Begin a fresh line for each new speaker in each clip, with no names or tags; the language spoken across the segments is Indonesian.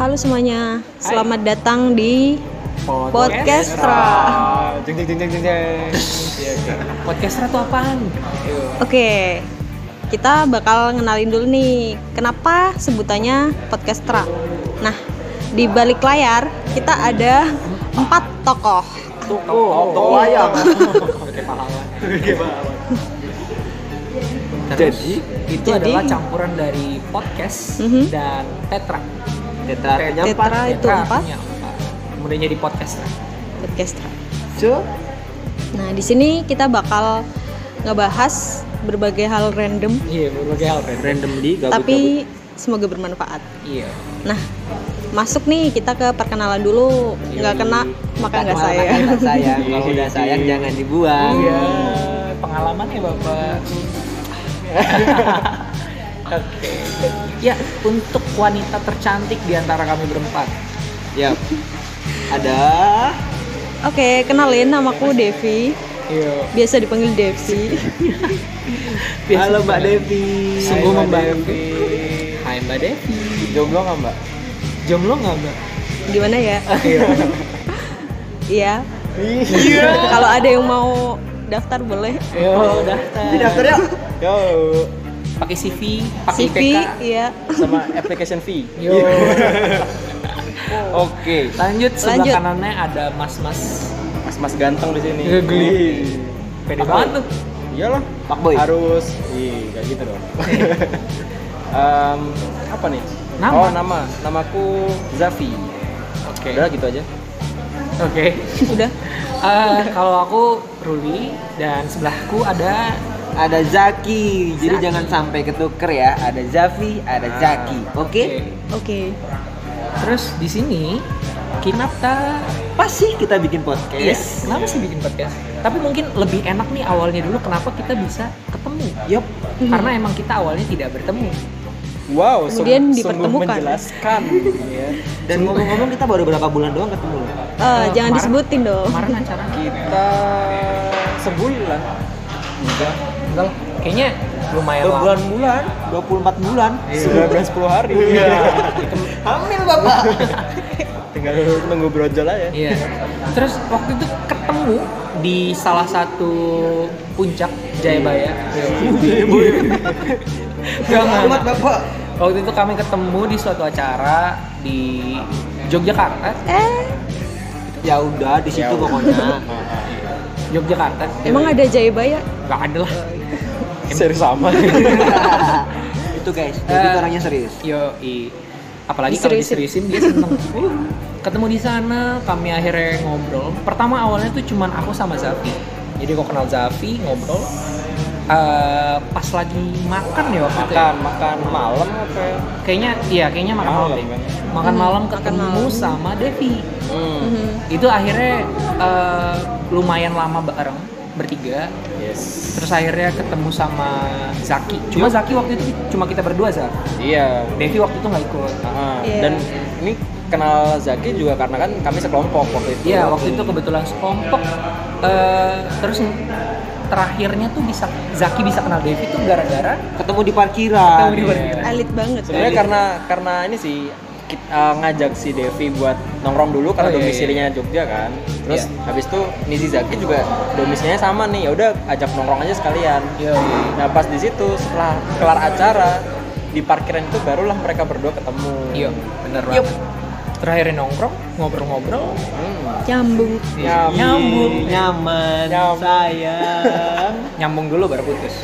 halo semuanya. Selamat datang di Podcastra.
Ah,
Jeng jeng jeng jeng jeng jeng. Iya, oke. Podcastra tuh apaan? Ayo.
Oke. Kita bakal ngenalin dulu nih, kenapa sebutannya Podcastra. Nah, di balik layar kita ada empat tokoh.
Toko, toko wayang.
Oh,
Oke,
iya.
pahlawan. Oke, pahlawan. Jadi itu
Jadi-
adalah campuran dari podcast
Mhm.
dan Petra.
Tetra artinya
Tetra
empat.
itu empat
artinya empat. Kemudian jadi podcastra.
Podcastra.
Cu.
Nah, di sini kita bakal ngebahas berbagai hal random,
Iya, berbagai hal Ren.
Random di gabut
tapi semoga bermanfaat.
Iya.
Nah, masuk nih kita ke perkenalan dulu. Nggak kena maka nggak saya.
sayang. Kalau udah sayang jangan dibuang.
Iya. Pengalaman ya bapak. Oke. Ya untuk wanita tercantik di antara kami berempat.
Yap. Ada
Oke, kenalin namaku Devi.
Iya.
Biasa dipanggil Devi.
Halo Mbak Devi.
Sungguh
Hai, Mbak
membantu.
Devi.
Hai Mbak Devi.
Jomblo nggak Mbak?
Jomblo nggak Mbak?
Gimana ya?
Iya.
Iya.
Iya.
Kalau ada yang mau daftar boleh.
Yo,
Oh,
daftar.
Ini daftarnya
Yo,
Pakai CV, pakai
CV,
IPK.
iya.
sama application fee.
Yo.
Oke.
Lanjut sebelah
Lanjut.
kanannya ada mas-mas.
Mas-mas ganteng di sini.
Geli.
Ih,
Pede banget tuh.
Iyalah,
Pak Boy.
harus. Ih, kayak gitu dong. Em, apa nih?
Nama.
Oh, nama. Namaku Zafi.
Oke.
Udah gitu aja.
Oke.
Udah.
Eh, kalau aku Ruli dan sebelahku ada
Ada Zaki. Jadi
Zaki.
jangan sampai ketuker ya. Ada Zafi, ada
Ah.
Zaki. Oke?
Oke.
E. Terus di sini Kinapta
Pasti kita bikin podcast.
Yes. Kenapa sih bikin podcast? Tapi mungkin lebih enak nih awalnya dulu kenapa kita bisa ketemu.
Yup.
Karena emang kita awalnya tidak bertemu.
Kemudian
Wow, sungguh- sungguh
dipertemukan.
menjelaskan. ya.
Dan ngomong-ngomong kita baru berapa bulan doang ketemu loh.
Eh, jangan
kemarin-
disebutin dong.
Kemarin acara
Kita sebulan, enggak,
Enggak lah. Kayaknya lumayan lama.
berbulan-bulan,
24 bulan.
Iya.
19 hari.
Hamil Bapak.
Tinggal nunggu brojol aja.
Iya. Terus waktu itu ketemu di salah satu puncak Jayabaya. Gak
Selamat Bapak.
Waktu itu kami ketemu di suatu acara di Yogyakarta.
Eh,
Ya udah di situ
Ya udah.
pokoknya.
Yogyakarta.
emang ada Jayabaya?
Gak ada lah.
Serius sama.
itu guys,
Eh.
jadi itu orangnya serius.
Yo, apalagi kalau
Diseriusin.
diseriusin dia seneng. Uh, Ketemu di sana, kami akhirnya ngobrol. Pertama awalnya tuh cuman aku sama Zafi. Jadi kok kenal Zafi ngobrol. Eh, pas lagi makan ya waktu itu. ya.
makan, makan malam apa ya?
Kayaknya iya, kayaknya makan malam.
Malam,
deh.
kan?
Makan
Hmm,
malam
makan
ketemu
malam.
sama Devi.
Hmm.
Mhm.
Itu akhirnya eh, lumayan lama bareng bertiga.
Yes.
Terus akhirnya ketemu sama Zaki. Cuma Zaki waktu itu cuma kita berdua, Zak.
Iya.
Devi waktu itu nggak ikut.
Ah,
Iya.
Dan ini kenal Zaki juga karena kan kami sekelompok waktu itu.
Iya, waktu itu kebetulan sekelompok. eh, terus terakhirnya tuh bisa Zaki bisa kenal Devi tuh gara-gara
Ketemu di parkiran.
Ketemu di parkiran.
Elit banget.
Sebenarnya karena karena ini sih kita eh, ngajak si Devi buat nongkrong dulu
Oh,
karena
iya,
domisilinya Jogja kan. Terus
Iya.
habis itu Nizi Zaki juga domisilinya sama nih. Ya udah ajak nongkrong aja sekalian.
Iya.
Nah, pas di situ setelah kelar acara di parkiran itu barulah mereka berdua ketemu.
Iya, bener banget. Terakhir nongkrong, ngobrol-ngobrol.
Hmm.
Nyambung.
Nyambung.
Iya, Nyambung.
Nyaman,
Nyaman.
sayang.
Nyambung dulu baru putus.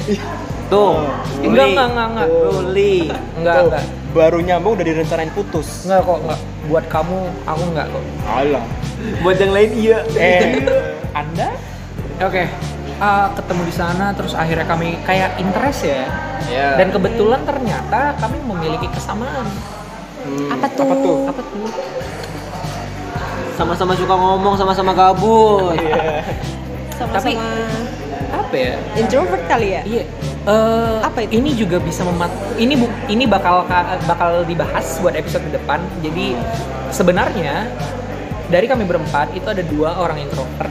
Tuh,
Enggak, enggak, enggak, enggak.
Ruli.
Enggak,
Tuh,
enggak.
Baru nyambung udah direncanain putus.
Enggak kok, enggak. Buat kamu, aku enggak kok.
Alah.
Buat yang lain iya.
Eh.
Anda? Oke. eh, ketemu di sana terus akhirnya kami kayak interest ya.
Iya.
Dan kebetulan ternyata kami memiliki kesamaan.
Hmm,
Apa tuh?
Apa tuh?
Sama-sama suka ngomong, sama-sama gabut.
Sama-sama
Apa ya?
introvert kali ya?
Iya. Eh,
Apa itu?
Ini juga bisa memat. Ini bu, ini bakal ka- bakal dibahas buat episode ke depan. Jadi sebenarnya dari kami berempat itu ada dua orang introvert,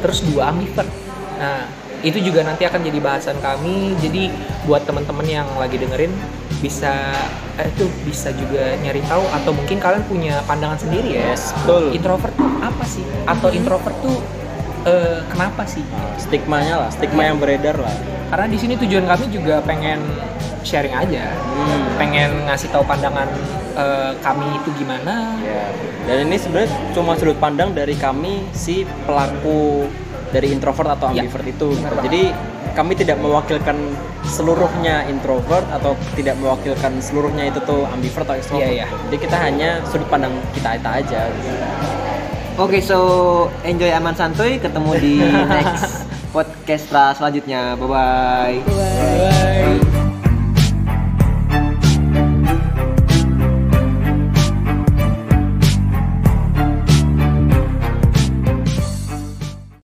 terus dua ambivert. Nah, itu juga nanti akan jadi bahasan kami. Jadi buat teman-teman yang lagi dengerin, bisa eh, itu bisa juga nyari tahu atau mungkin kalian punya pandangan sendiri ya
Yes, betul.
introvert tuh apa sih atau
Hmm.
introvert tuh eh, kenapa sih
Nah, stigmanya lah, stigma yang beredar lah.
karena di sini tujuan kami juga pengen sharing aja
Hmm.
pengen ngasih tahu pandangan eh, kami itu gimana
Ya. Dan ini sebenarnya cuma sudut pandang dari kami si pelaku dari introvert atau
Ya.
ambivert itu.
Benar banget.
Jadi kami tidak mewakilkan seluruhnya introvert atau tidak mewakilkan seluruhnya itu tuh ambivert atau extrovert.
Iya, iya.
Jadi kita hanya sudut pandang kita kita aja.
Oke, so enjoy aman santuy. Ketemu di next podcast selanjutnya. Bye bye.
Bye.
Bye.